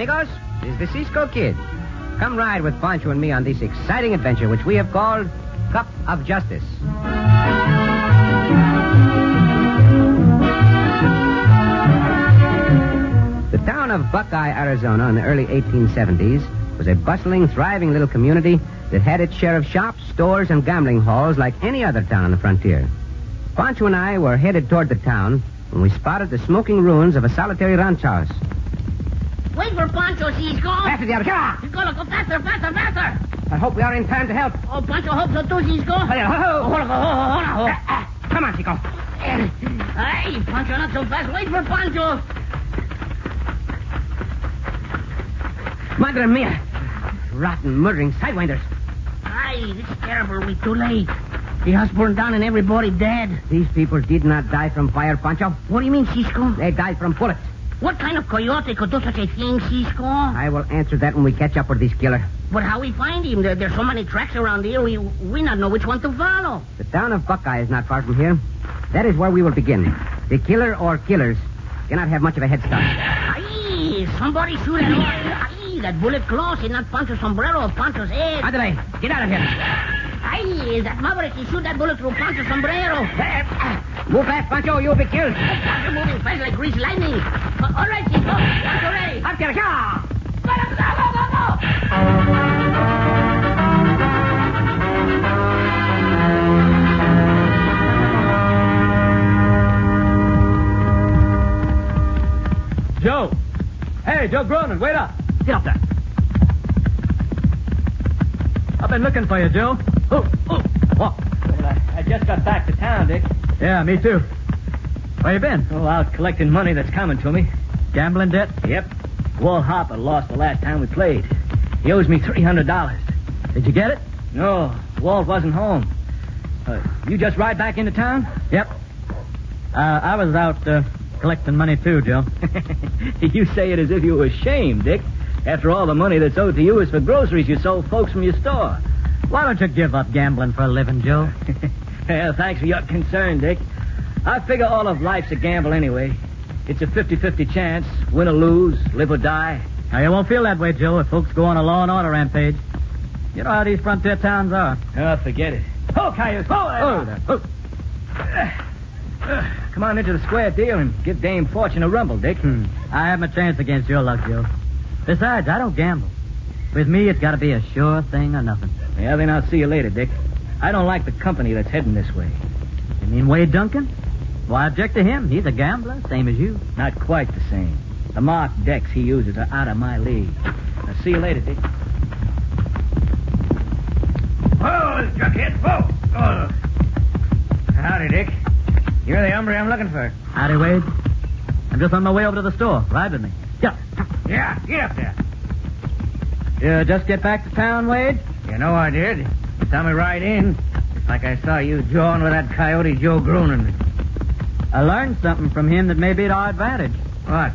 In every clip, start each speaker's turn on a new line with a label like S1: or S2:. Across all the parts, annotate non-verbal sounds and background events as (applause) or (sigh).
S1: is the Cisco Kid. Come ride with Pancho and me on this exciting adventure, which we have called Cup of Justice. The town of Buckeye, Arizona, in the early 1870s was a bustling, thriving little community that had its share of shops, stores, and gambling halls like any other town on the frontier. Pancho and I were headed toward the town when we spotted the smoking ruins of a solitary ranch house.
S2: Wait for Pancho, Cisco.
S1: After the other car!
S2: He's gonna go faster, faster, faster.
S1: I hope we are in time to help.
S2: Oh, Pancho hopes so too, Cisco.
S1: Oh, yeah, ho, ho.
S2: Hold on, hold on, hold on, hold on.
S1: Come on, Chico.
S2: Hey, Pancho, not so fast. Wait for Pancho.
S1: Madre mia. Rotten, murdering sidewinders.
S2: Aye, this is terrible. We're too late. The house burned down and everybody dead.
S1: These people did not die from fire, Pancho.
S2: What do you mean, Cisco?
S1: They died from bullets.
S2: What kind of coyote could do such a thing, Cisco?
S1: I will answer that when we catch up with this killer.
S2: But how we find him? There, there's so many tracks around here, we we not know which one to follow.
S1: The town of Buckeye is not far from here. That is where we will begin. The killer or killers cannot have much of a head start.
S2: Aye, somebody shoot at all. Aye, that bullet close in that Pancho's sombrero of Pancho's head.
S1: Adelaide, get out of here.
S2: Aye, that maverick, he shoot that bullet through Pancho's sombrero.
S1: ah. Move fast, Pancho, you'll be killed.
S2: Pancho moving fast like greased lightning. Uh, all right, Cisco, Pancho ready.
S1: Up there, yeah.
S2: Go, go, go, go, go.
S3: Joe! Hey, Joe Gronin, wait up!
S1: Get up there.
S3: I've been looking for you, Joe. Oh, oh, what?
S4: I just got back to town, Dick.
S3: Yeah, me too. Where you been?
S4: Oh, out collecting money that's coming to me.
S3: Gambling debt?
S4: Yep. Walt Harper lost the last time we played. He owes me $300.
S3: Did you get it?
S4: No, Walt wasn't home. Uh, you just ride back into town?
S3: Yep. Uh, I was out uh, collecting money too, Joe.
S4: (laughs) you say it as if you were ashamed, Dick. After all, the money that's owed to you is for groceries you sold folks from your store.
S3: Why don't you give up gambling for a living, (laughs) Joe?
S4: well, thanks for your concern, Dick. I figure all of life's a gamble anyway. It's a 50 50 chance win or lose, live or die.
S3: Now, you won't feel that way, Joe, if folks go on a law and order rampage. You know how these frontier towns are.
S4: Oh, forget it. Ho, Cayuse, ho! there.
S3: Oh, there.
S4: (sighs)
S3: Oh.
S4: Come on into the square deal and give Dame Fortune a rumble, Dick.
S3: Hmm. I haven't a chance against your luck, Joe. Besides, I don't gamble. With me, it's got to be a sure thing or nothing.
S4: Yeah, then I'll see you later, Dick. I don't like the company that's heading this way.
S3: You mean Wade Duncan? Why object to him? He's a gambler, same as you.
S4: Not quite the same. The marked decks he uses are out of my league. I'll see you later, Dick.
S5: Whoa, Jughead, whoa! Oh. Howdy, Dick. You're the hombre I'm looking for.
S3: Howdy, Wade. I'm just on my way over to the store. Ride with me. Yeah.
S5: Yeah, get up there.
S3: You just get back to town, Wade?
S5: You know I did. You saw me ride in. It's like I saw you jawing with that coyote Joe Grunin.
S3: I learned something from him that may be to our advantage.
S5: What?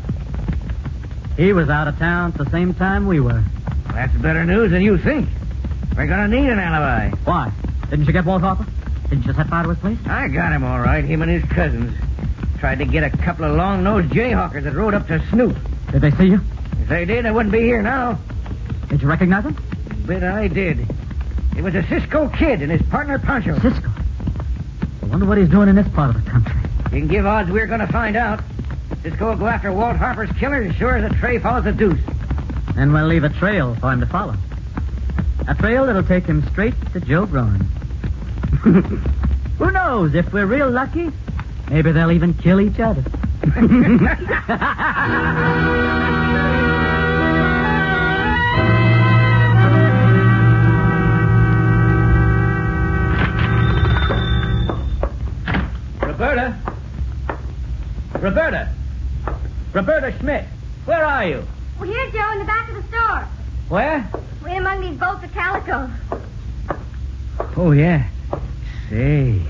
S3: He was out of town at the same time we were.
S5: Well, that's better news than you think. We're gonna need an alibi.
S3: Why? Didn't you get Walt Harper? Didn't you set fire to his place?
S5: I got him all right, him and his cousins. Tried to get a couple of long-nosed jayhawkers that rode up to Snoop.
S3: Did they see you?
S5: If they did, I wouldn't be here now.
S3: Did you recognize him?
S5: But I did. It was a Cisco kid and his partner Pancho. You
S3: Cisco. I wonder what he's doing in this part of the country.
S5: can give odds we're gonna find out. Cisco will go after Walt Harper's killer as sure as a tray follows a deuce.
S3: And we'll leave a trail for him to follow. A trail that'll take him straight to Joe Brown. (laughs) Who knows? If we're real lucky, maybe they'll even kill each other. (laughs)
S4: Roberta? Roberta? Roberta Schmidt, where are you?
S6: Well, here, Joe, in the back of the store.
S4: Where?
S6: Way among these bolts of calico.
S4: Oh, yeah. Say,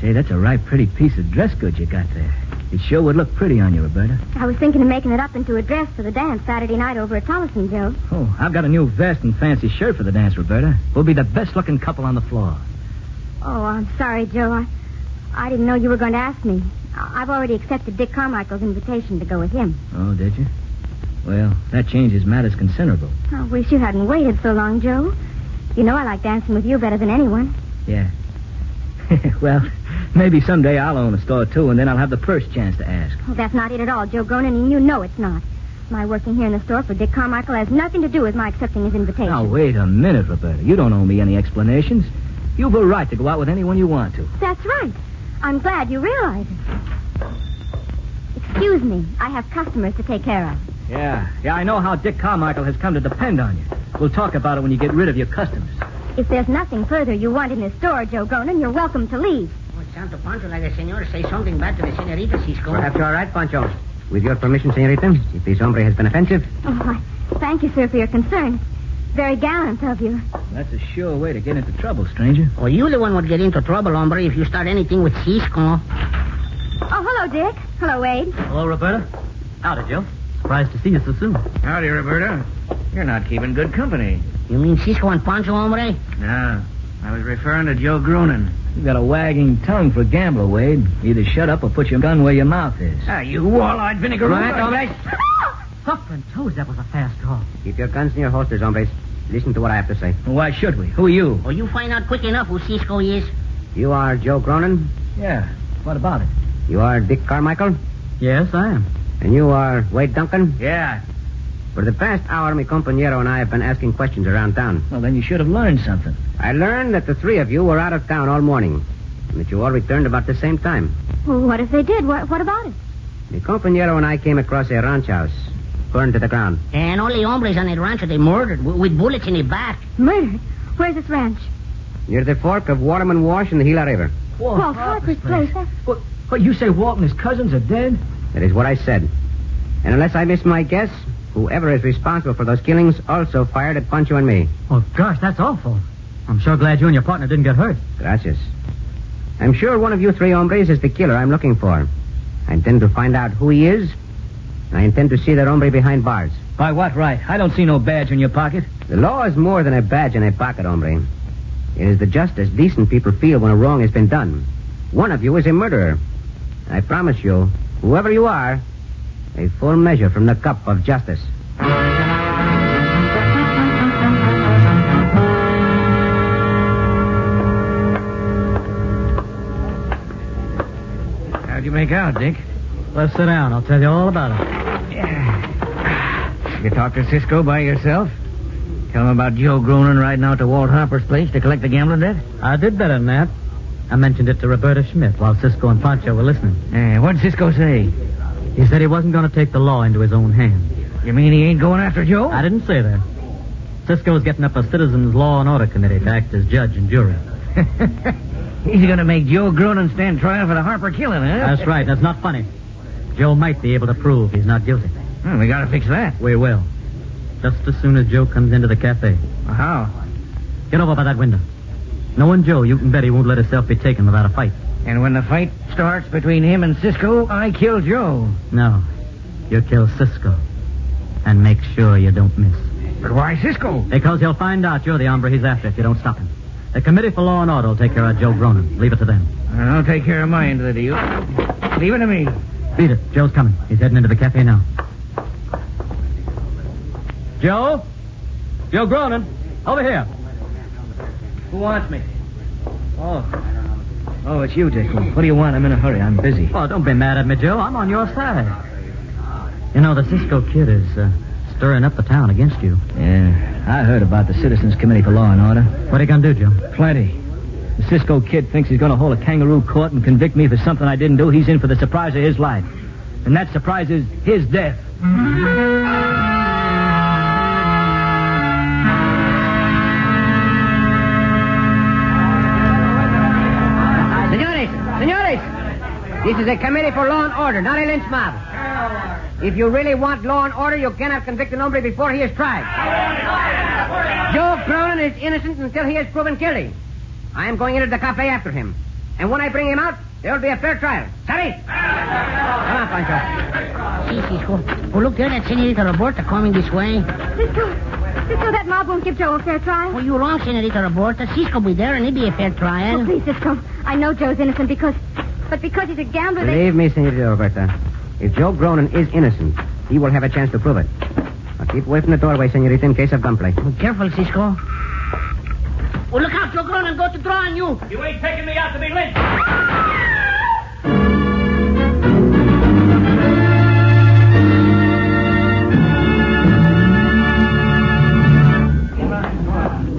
S4: say, that's a right pretty piece of dress goods you got there. It sure would look pretty on you, Roberta.
S6: I was thinking of making it up into a dress for the dance Saturday night over at Thomason, Joe.
S4: Oh, I've got a new vest and fancy shirt for the dance, Roberta. We'll be the best looking couple on the floor.
S6: Oh, I'm sorry, Joe. I, I didn't know you were going to ask me. I- I've already accepted Dick Carmichael's invitation to go with him.
S4: Oh, did you? Well, that changes matters
S5: (laughs)
S4: considerable.
S6: I wish you hadn't waited so long, Joe. You know I like dancing with you better than anyone.
S4: Yeah. well, maybe someday I'll own a store, too, and then I'll have the first chance to ask.
S6: Oh, that's not it at all, Joe Gronin, and you know it's not. My working here in the store for Dick Carmichael has nothing to do with my accepting his invitation.
S4: Now, wait a minute, Roberta. You don't owe me any explanations. You've a right to go out with anyone you want to.
S6: That's right. I'm glad you realize it. Excuse me. I have customers to take care of.
S4: Yeah. Yeah, I know how Dick Carmichael has come to depend on you. We'll talk about it when you get rid of your customers.
S6: If there's nothing further you want in this store, Joe Gronin, you're welcome to leave.
S2: Oh, Santo Pancho, like the senor say something bad to the senorita Cisco.
S1: Perhaps you're right, Pancho. With your permission, senorita, if this hombre has been offensive,
S6: Oh, I thank you, sir, for your concern. Very gallant of you.
S4: That's a sure way to get into trouble, stranger.
S2: Or you the one would get into trouble, hombre, if you start anything with Cisco.
S6: Oh, hello, Dick. Hello, Wade.
S3: Hello, Roberta. Howdy, Joe. Surprised to see you so soon.
S5: Howdy, Roberta. You're not keeping good company.
S2: You mean Cisco and Pancho, hombre?
S5: No. I was referring to Joe Grunin.
S4: You got a wagging tongue for a gambler, Wade. Either shut up or put your gun where your mouth is.
S5: Ah, you wall-eyed vinegar.
S1: Right, hombre.
S3: Suffering toes, that was a fast call.
S1: keep your guns in your holsters, hombres. Listen to what I have to say.
S4: Why should we? Who are you?
S2: Or you find out quick enough who Cisco is.
S1: You are Joe Cronin,
S4: Yeah. What about it?
S1: you are Dick Carmichael,
S3: Yes, I am.
S1: and you are Wade Duncan.
S5: Yeah.
S1: For the past hour, mi compañero and I have been asking questions around town.
S4: Well, then you should have learned something.
S1: I learned that the three of you were out of town all morning, and that you all returned about the same time.
S6: Well, what if they did? What, what about it?
S1: Mi compañero and I came across a ranch house, burned to the ground.
S2: And all the hombres on the rancho, they murdered wi- with bullets in the back.
S6: Murdered? Where's this ranch?
S1: Near the fork of Waterman Wash and the Gila River.
S3: Oh,
S4: Walt,
S6: Walt Harper's place. That's-
S4: What, what, you say Walt and his cousins are dead?
S1: That is what I said. And unless I miss my guess, whoever is responsible for those killings also fired at Pancho and me.
S3: Oh, gosh, that's awful. I'm sure glad you and your partner didn't get hurt.
S1: Gracias. I'm sure one of you three hombres is the killer I'm looking for. I intend to find out who he is, and I intend to see that hombre behind bars.
S4: By what right? I don't see no badge in your pocket.
S1: The law is more than a badge in a pocket, hombre. It is the justice decent people feel when a wrong has been done. One of you is a murderer. I promise you, whoever you are, a full measure from the cup of justice.
S5: How'd you make out, Dick?
S3: Let's sit down. I'll tell you all about it.
S5: You talked to Cisco by yourself? Tell him about Joe Gronin riding out to Walt Harper's place to collect the gambling debt?
S3: I did better than that. I mentioned it to Roberta Schmidt while Cisco and Pancho were listening.
S5: Eh, what'd Cisco say?
S3: He said he wasn't going to take the law into his own hands.
S5: You mean he ain't going after Joe?
S3: I didn't say that. Cisco's getting up a Citizens Law and Order Committee to act as judge and jury.
S5: He's going to make Joe Gronin stand trial for the Harper killing, huh?
S3: That's right. That's not funny. Joe might be able to prove he's not guilty.
S5: Hmm, we got to fix that.
S3: We will. Just as soon as Joe comes into the cafe.
S5: Well, how?
S3: Get over by that window. Knowing Joe, you can bet he won't let himself be taken without a fight.
S5: And when the fight starts between him and Cisco, I kill Joe.
S3: No. You kill Cisco. And make sure you don't miss.
S5: But why Cisco?
S3: Because he'll find out you're the hombre he's after if you don't stop him. The Committee for Law and Order will take care of Joe Gronin. Leave it to them.
S5: And I'll take care of my end of the deal. Leave it to me.
S3: Beat it. Joe's coming. He's heading into the cafe now. Joe? Joe Gronin. Over here.
S4: Who wants me? Oh. Oh, it's you, Dick. What do you want? I'm in a hurry. I'm busy.
S3: Oh, don't be mad at me, Joe. I'm on your side. You know, the Cisco kid is uh, stirring up the town against you.
S4: Yeah. I heard about the Citizens Committee for Law and Order.
S3: What are you going to do, Joe?
S4: Plenty. The Cisco kid thinks he's going to hold a kangaroo court and convict me for something I didn't do. He's in for the surprise of his life. And that surprise is his death.
S1: Senores, senores, this is a committee for law and order, not a lynch mob. If you really want law and order, you cannot convict an hombre before he is tried. Joe Cronin is innocent until he is proven guilty. I am going into the cafe after him. And when I bring him out, there will be a fair trial. Sorry? Come on, Pancho.
S2: See, Cisco. Oh, look there, that senorita Roberta coming this way.
S6: Cisco, Cisco, that mob won't give Joe a fair
S2: Oh,
S6: trial.
S2: you wrong, senorita Roberta. Cisco be there and it be a fair
S6: Oh,
S2: trial.
S6: please, Cisco. I know Joe's innocent because, but because he's a gambler, they...
S1: me, Senorita Roberta. If Joe Cronin is innocent, He will have a chance to prove it. Now keep away from the doorway, senorita, in case of gunplay.
S2: Careful, Cisco. Well, look out, you're going to go to draw on you.
S5: You ain't taking me out to be lynched.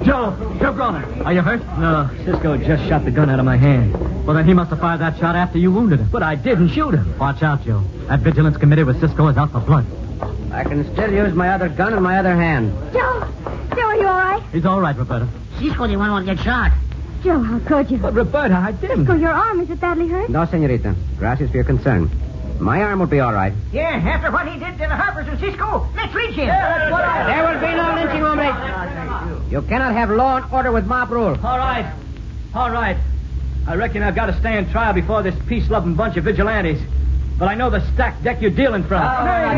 S3: Joe! Joe Groner! Are you hurt? No. Cisco just shot the gun out of my hand. Well, then he must have fired that shot after you wounded him. But I didn't shoot him. Watch out, Joe. That vigilance committee with Cisco is out for blood.
S1: I can still use my other gun and my other hand.
S6: Joe! Joe, are you all right?
S3: He's all right, Roberta.
S2: Cisco didn't want to get shot.
S6: Joe, how could you?
S3: But, Roberta, I didn't.
S6: Cisco, your arm, is it badly hurt?
S1: No, senorita. Gracias for your concern. My arm will be all right.
S2: Yeah, after what he did to the Harpers and Cisco, let's reach him.
S1: There will be no lynching, hombre. You cannot have law and order with mob rule.
S3: All right. All right. I reckon I've got to stand trial before this peace-loving bunch of vigilantes. But I know the stacked deck you're dealing from.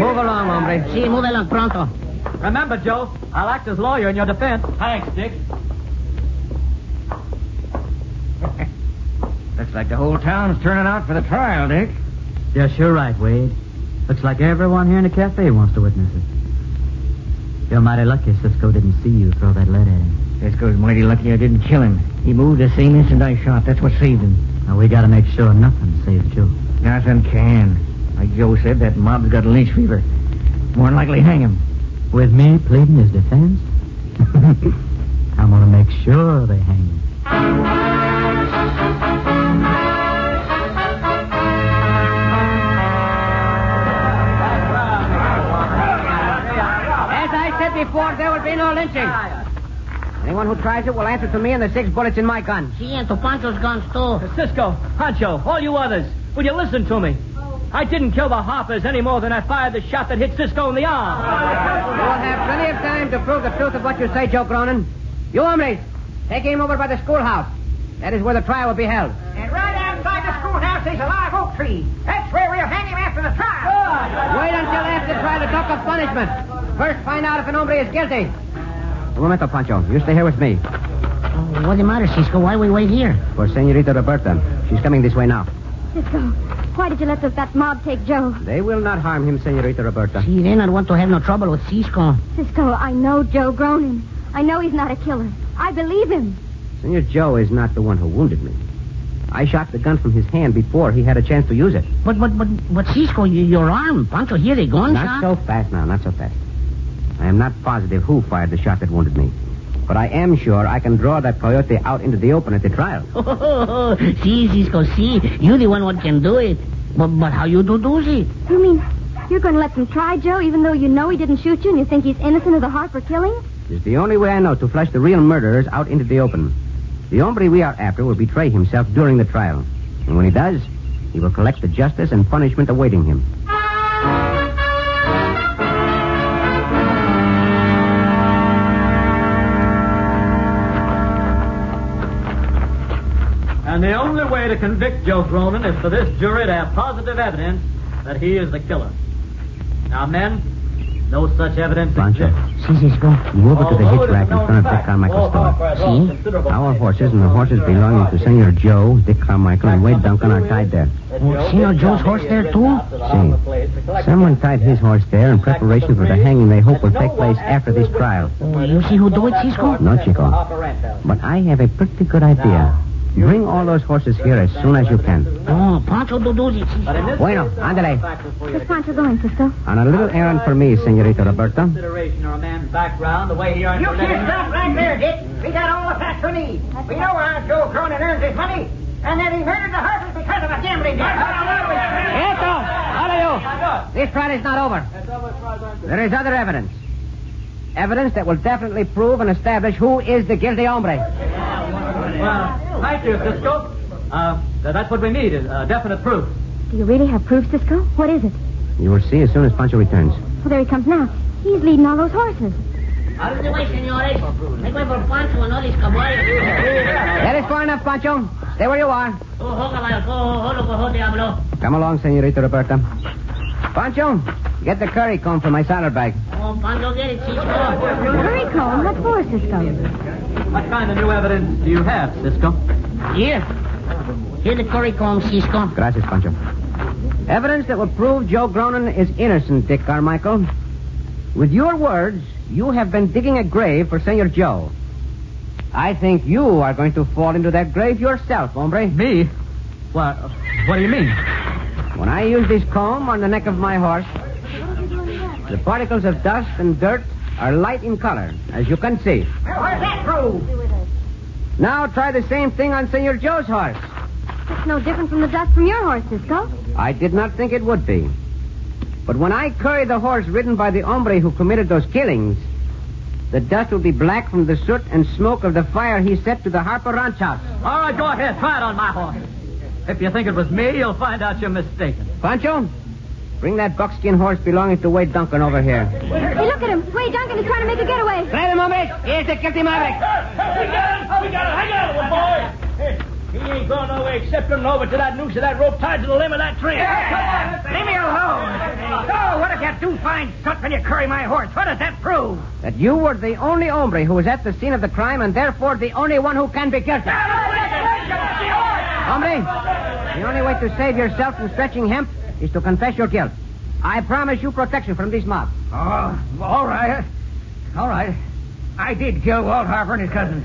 S1: Move along, hombre.
S2: Si, move along pronto.
S3: Remember, Joe, I'll act as lawyer in your defense. Thanks, Dick.
S5: (laughs) Looks like the whole town's turning out for the trial, Dick.
S3: Yes, you're right, Wade. Looks like everyone here in the cafe wants to witness it. You're mighty lucky Cisco didn't see you throw that lead at him.
S5: Cisco's mighty lucky I didn't kill him. He moved the same instant I shot. That's what saved him.
S3: Now, we gotta make sure nothing saves Joe.
S5: Nothing can. Like Joe said, that mob's got lynch fever. More than likely hang him.
S3: With me pleading his defense, I'm gonna make sure they hang him.
S1: As I said before, there will be no lynching. Anyone who tries it will answer to me and the six bullets in my gun.
S2: Si, and to Pancho's guns, too.
S3: Cisco, Pancho, all you others, will you listen to me? I didn't kill the Hoppers any more than I fired the shot that hit Cisco in the arm.
S1: You will have plenty of time to prove the truth of what you say, Joe Cronin. You hombres, take him over by the schoolhouse. That is where the trial will be held.
S2: And right outside the schoolhouse is a live oak tree. That's where we'll hang him after the trial.
S1: Wait until after the trial to talk of punishment. First, find out if an hombre is guilty. Un momento, Pancho. You stay here with me.
S2: Oh, what the matter, Cisco? Why we wait here?
S1: For Senorita Roberta. She's coming this way now.
S6: Cisco, why did you let the, that mob take Joe?
S1: They will not harm him, Senorita Roberta.
S2: See, they not want to have no trouble with Cisco.
S6: Cisco, I know Joe Gronin. I know he's not a killer. I believe him.
S1: Senor Joe is not the one who wounded me. I shot the gun from his hand before he had a chance to use it.
S2: But, but, but, but, Cisco, y- your arm. Pancho, here they
S1: Not
S2: gunshot.
S1: so fast now, not so fast. I am not positive who fired the shot that wounded me. But I am sure I can draw that coyote out into the open at the trial.
S2: Oh, (laughs) see, Cisco, see. You the one what can do it. But, but how you do do it?
S6: You mean you're going to let them try Joe, even though you know he didn't shoot you and you think he's innocent of the Harper killing?
S1: It's the only way I know to flush the real murderers out into the open. The hombre we are after will betray himself during the trial. And when he does, he will collect the justice and punishment awaiting him.
S3: And the only way to convict Joe Cronin is for this jury to have positive evidence that he is the killer. Now, men, no such evidence
S1: Pancho,
S3: exists.
S2: See, Cisco.
S1: move over to the
S2: oh,
S3: Although
S1: hitch
S3: it
S1: rack
S3: is
S1: in
S3: known
S1: front of
S3: fact,
S1: Dick Carmichael's
S3: all
S1: store.
S3: Harper has lost considerable
S1: Our
S3: money
S1: horses
S3: from
S2: oh,
S1: and the horses
S3: Joe
S1: belonging to
S3: Cronin.
S1: Senor Joe, Dick Carmichael, and Wade Duncan are tied there.
S2: Oh, Senor Joe's horse there, too?
S1: See, someone tied his horse there in preparation for the hanging they hope will take place after this trial.
S2: Oh, you see who do it, Cisco?
S1: No, Chico. But I have a pretty good idea. Bring all those horses here as soon as you can.
S2: Oh, Pancho do do it, Cisco.
S1: Bueno, ándale.
S6: Where's Pancho going, Cisco?
S1: On a little errand for me, Senorita Roberta.
S3: Consideration or a man's background, the way he earns
S2: You
S3: a living.
S2: can't stop right there, Dick. We got all the facts we need. We know how Joe Cronin earns his money, and that he murdered the Harpers because of a gambling debt.
S1: Quieto! All of you! This trial is not over. There is other evidence. Evidence that will definitely prove and establish who is the guilty hombre.
S3: Well, thank you, Cisco. Uh, th- that's what we need, is uh, definite proof.
S6: Do you really have proof, Cisco? What is it?
S1: You will see as soon as Pancho returns.
S6: Well, there he comes now. He's leading all those horses.
S2: Out of the way, senores. Make way eh? for Pancho and all his caballos.
S1: That is far enough, Pancho. Stay where you are.
S2: Cojo, caballo, cojo, jolo, oh, cojo, diablo.
S1: Come along, Senorita Roberta. Pancho, get the curry comb from my saddle bag.
S2: Oh, Pancho, get it, Cisco.
S6: Hurry, Cole. What for, Cisco?
S3: What kind of new evidence do you have, Cisco?
S2: Here. Here the curry comb, Cisco.
S1: Gracias, Pancho. Evidence that will prove Joe Gronin is innocent, Dick Carmichael. With your words, you have been digging a grave for Senor Joe. I think you are going to fall into that grave yourself, hombre.
S7: Me? What? What do you mean?
S1: When I use this comb on the neck of my horse, the particles of dust and dirt are light in color, as you can see.
S8: Well, where's that proof?
S1: Now try the same thing on Senor Joe's horse.
S6: It's no different from the dust from your horse, Cisco.
S1: I did not think it would be. But when I curry the horse ridden by the hombre who committed those killings, the dust will be black from the soot and smoke of the fire he set to the Harper Ranch House.
S7: All right, go ahead. Try it on my horse. If you think it was me, you'll find out you're mistaken.
S1: Pancho, bring that buckskin horse belonging to Wade Duncan over here.
S6: Hey, look at him. Wade Duncan is trying to make a getaway.
S1: Right him, hombre. Here's the guilty maverick.
S5: We got him! We got him! Hang on, boy! He ain't going nowhere except him over to that noose of that rope tied to the limb of that tree.
S8: Leave me alone.
S5: Oh,
S8: So, what if you do find something you curry my horse? What does that prove?
S1: That you were the only hombre who was at the scene of the crime and therefore the only one who can be guilty. Hombre, the only way to save yourself from stretching hemp is to confess your guilt. I promise you protection from this mob.
S5: Oh, all right. All right. I did kill Walt Harper and his cousins.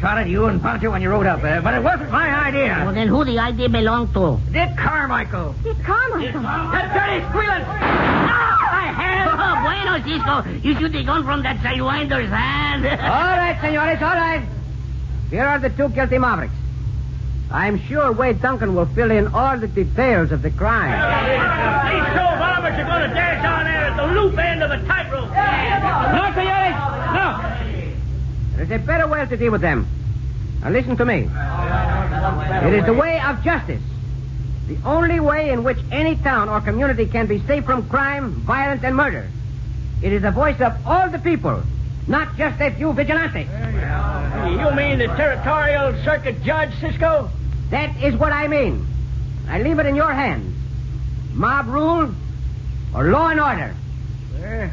S5: Shot at you and Poncho when you rode up, uh, but it wasn't my idea.
S2: Well, then who the idea belong to? (laughs)
S5: Dick Carmichael.
S6: Dick Carmichael.
S5: That dirty squealing. I had.
S2: Oh, bueno, Cisco. You should have gone from that sidewinder's hand.
S1: All right, senores, all right. Here are the two guilty mavericks. I'm sure Wade Duncan will fill in all the details of the crime.
S5: These two bombers are going to dash on there at the loop end of a tightrope. No, senores. No.
S1: There's a better way to deal with them. Now listen to me. It is the way of justice. The only way in which any town or community can be safe from crime, violence, and murder. It is the voice of all the people, not just a few vigilantes.
S5: You mean the territorial circuit judge, Cisco?
S1: That is what I mean. I leave it in your hands. Mob rule or law and order.
S5: Yeah.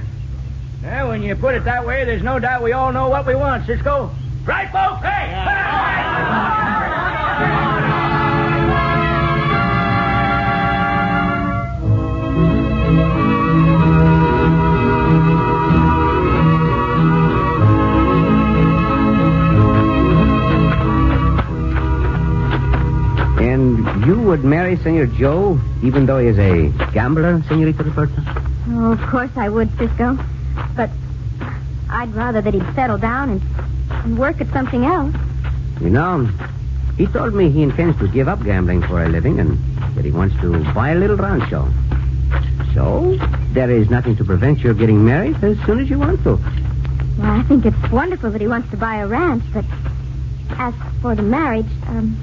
S5: Well, when you put it that way, there's no doubt we all know what we want, Cisco. Right, folks? Hey!
S1: And you would marry Senor Joe, even though he is a gambler, Senorita Roberta?
S6: Oh, of course I would, Cisco. But I'd rather that he'd settle down and, and work at something else.
S1: You know, he told me he intends to give up gambling for a living and that he wants to buy a little rancho. So, there is nothing to prevent your getting married as soon as you want to.
S6: Well, I think it's wonderful that he wants to buy a ranch, but as for the marriage, um,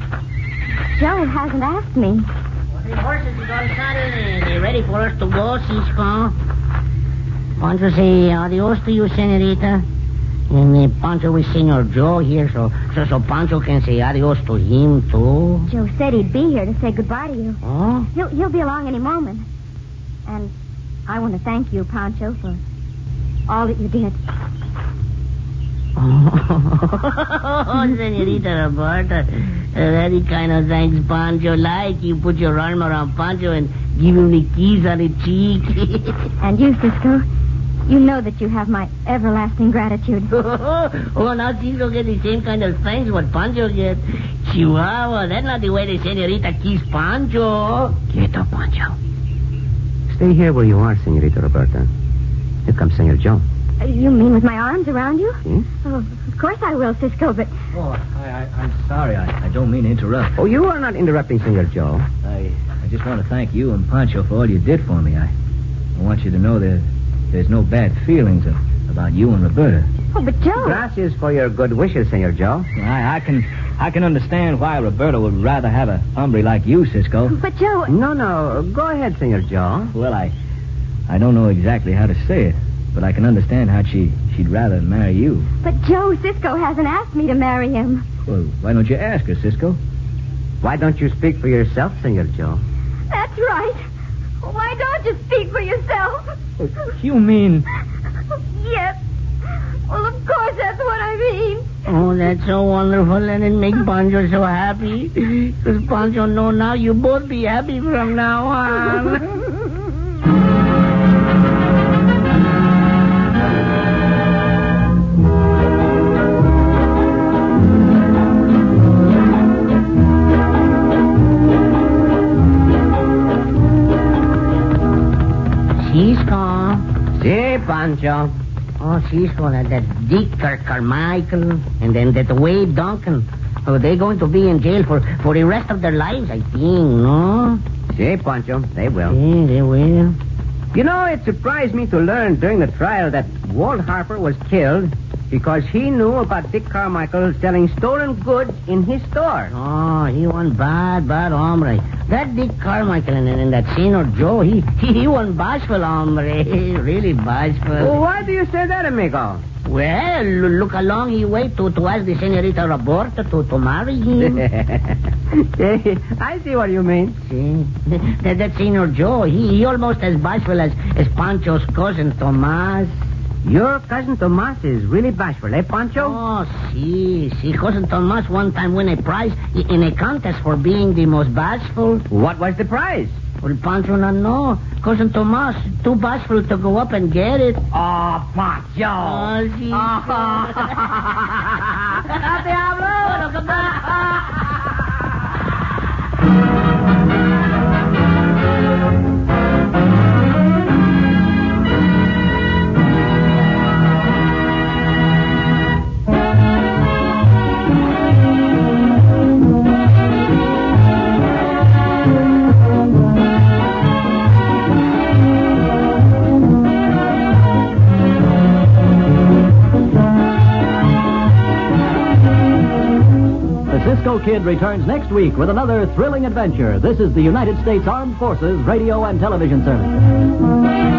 S6: Joe hasn't asked me.
S2: The horses is all saddled. They're ready for us to go, Cisco. Pancho say adios to you, senorita. And uh, Pancho with Senor Joe here, so, so so Pancho can say adios to him, too.
S6: Joe said he'd be here to say goodbye to you.
S2: Oh?
S6: He'll, he'll be along any moment. And I want to thank you, Pancho, for all that you did.
S2: Oh, (laughs) Senorita Roberta, uh, very kind of thanks, Pancho. Like you put your arm around Pancho and give him the kiss on the cheek.
S6: And you, Cisco, you know that you have my everlasting gratitude.
S2: (laughs) oh, now Cisco get the same kind of things what Pancho get. Chihuahua, that's not the way the senorita kiss Pancho. Quieto, Pancho.
S1: Stay here where you are, Senorita Roberta. Here comes Senor Joe.
S6: Uh, You mean with my arms around you?
S1: Hmm?
S6: Oh, of course I will, Cisco, but
S3: Oh, I, I, I'm sorry. I, I don't mean to interrupt.
S1: Oh, you are not interrupting Senor Joe.
S3: I, I just want to thank you and Pancho for all you did for me. I, I want you to know that there's no bad feelings a- about you and Roberta.
S6: oh, but Joe,
S1: Gracias for your good wishes, Senor Joe.
S3: I, I can I can understand why Roberta would rather have a hombre like you, Cisco.
S6: but Joe,
S1: No, no. Go ahead, Senor Joe.
S3: Well, I I don't know exactly how to say it, but I can understand how she she'd rather marry you.
S6: but Joe, Cisco hasn't asked me to marry him.
S3: Well, why don't you ask her, Cisco?
S1: Why don't you speak for yourself, Senor Joe?
S6: That's right. Why don't you speak for yourself?
S3: You mean
S6: yes. Well, of course that's what I mean.
S2: Oh, that's so wonderful, and it makes Poncho so happy. Because Poncho know now you both be happy from now (laughs) on. Cisco.
S1: See, Pancho.
S2: Oh, Cisco, that, that Dicker Carmichael, and then that Wade Duncan. Oh, they're going to be in jail for, for the rest of their lives, I think, no?
S1: See, Pancho, they will.
S2: Yeah, they will.
S1: You know, it surprised me to learn during the trial that Walt Harper was killed because he knew about Dick Carmichael selling stolen goods in his store.
S2: Oh, he one bad, bad hombre. That Dick Carmichael and, and that Senor Joe, he, he, he one bashful (laughs) hombre. really
S1: Well,
S2: bashful.
S1: why do you say that, amigo?
S2: Well, look along he wait to, to ask the Senorita Roberta to, to marry (laughs) him. Mm.
S1: (laughs) See, I see what you mean.
S2: See? that, that Senor Joe, he, he almost as bashful as, as Pancho's cousin Tomas.
S1: Your cousin Tomas is really bashful, eh, Pancho?
S2: Oh, see, see, cousin Tomas one time win a prize i- in a contest for being the most bashful.
S1: What was the prize?
S2: Well, Pancho not know. Cousin Tomas too bashful to go up and get it. Ah,
S9: Oh, Pancho.
S2: Oh, see. (laughs) te hablo! Bueno, (laughs)
S3: The Cisco Kid returns next week with another thrilling adventure. This is the United States Armed Forces Radio and Television Service.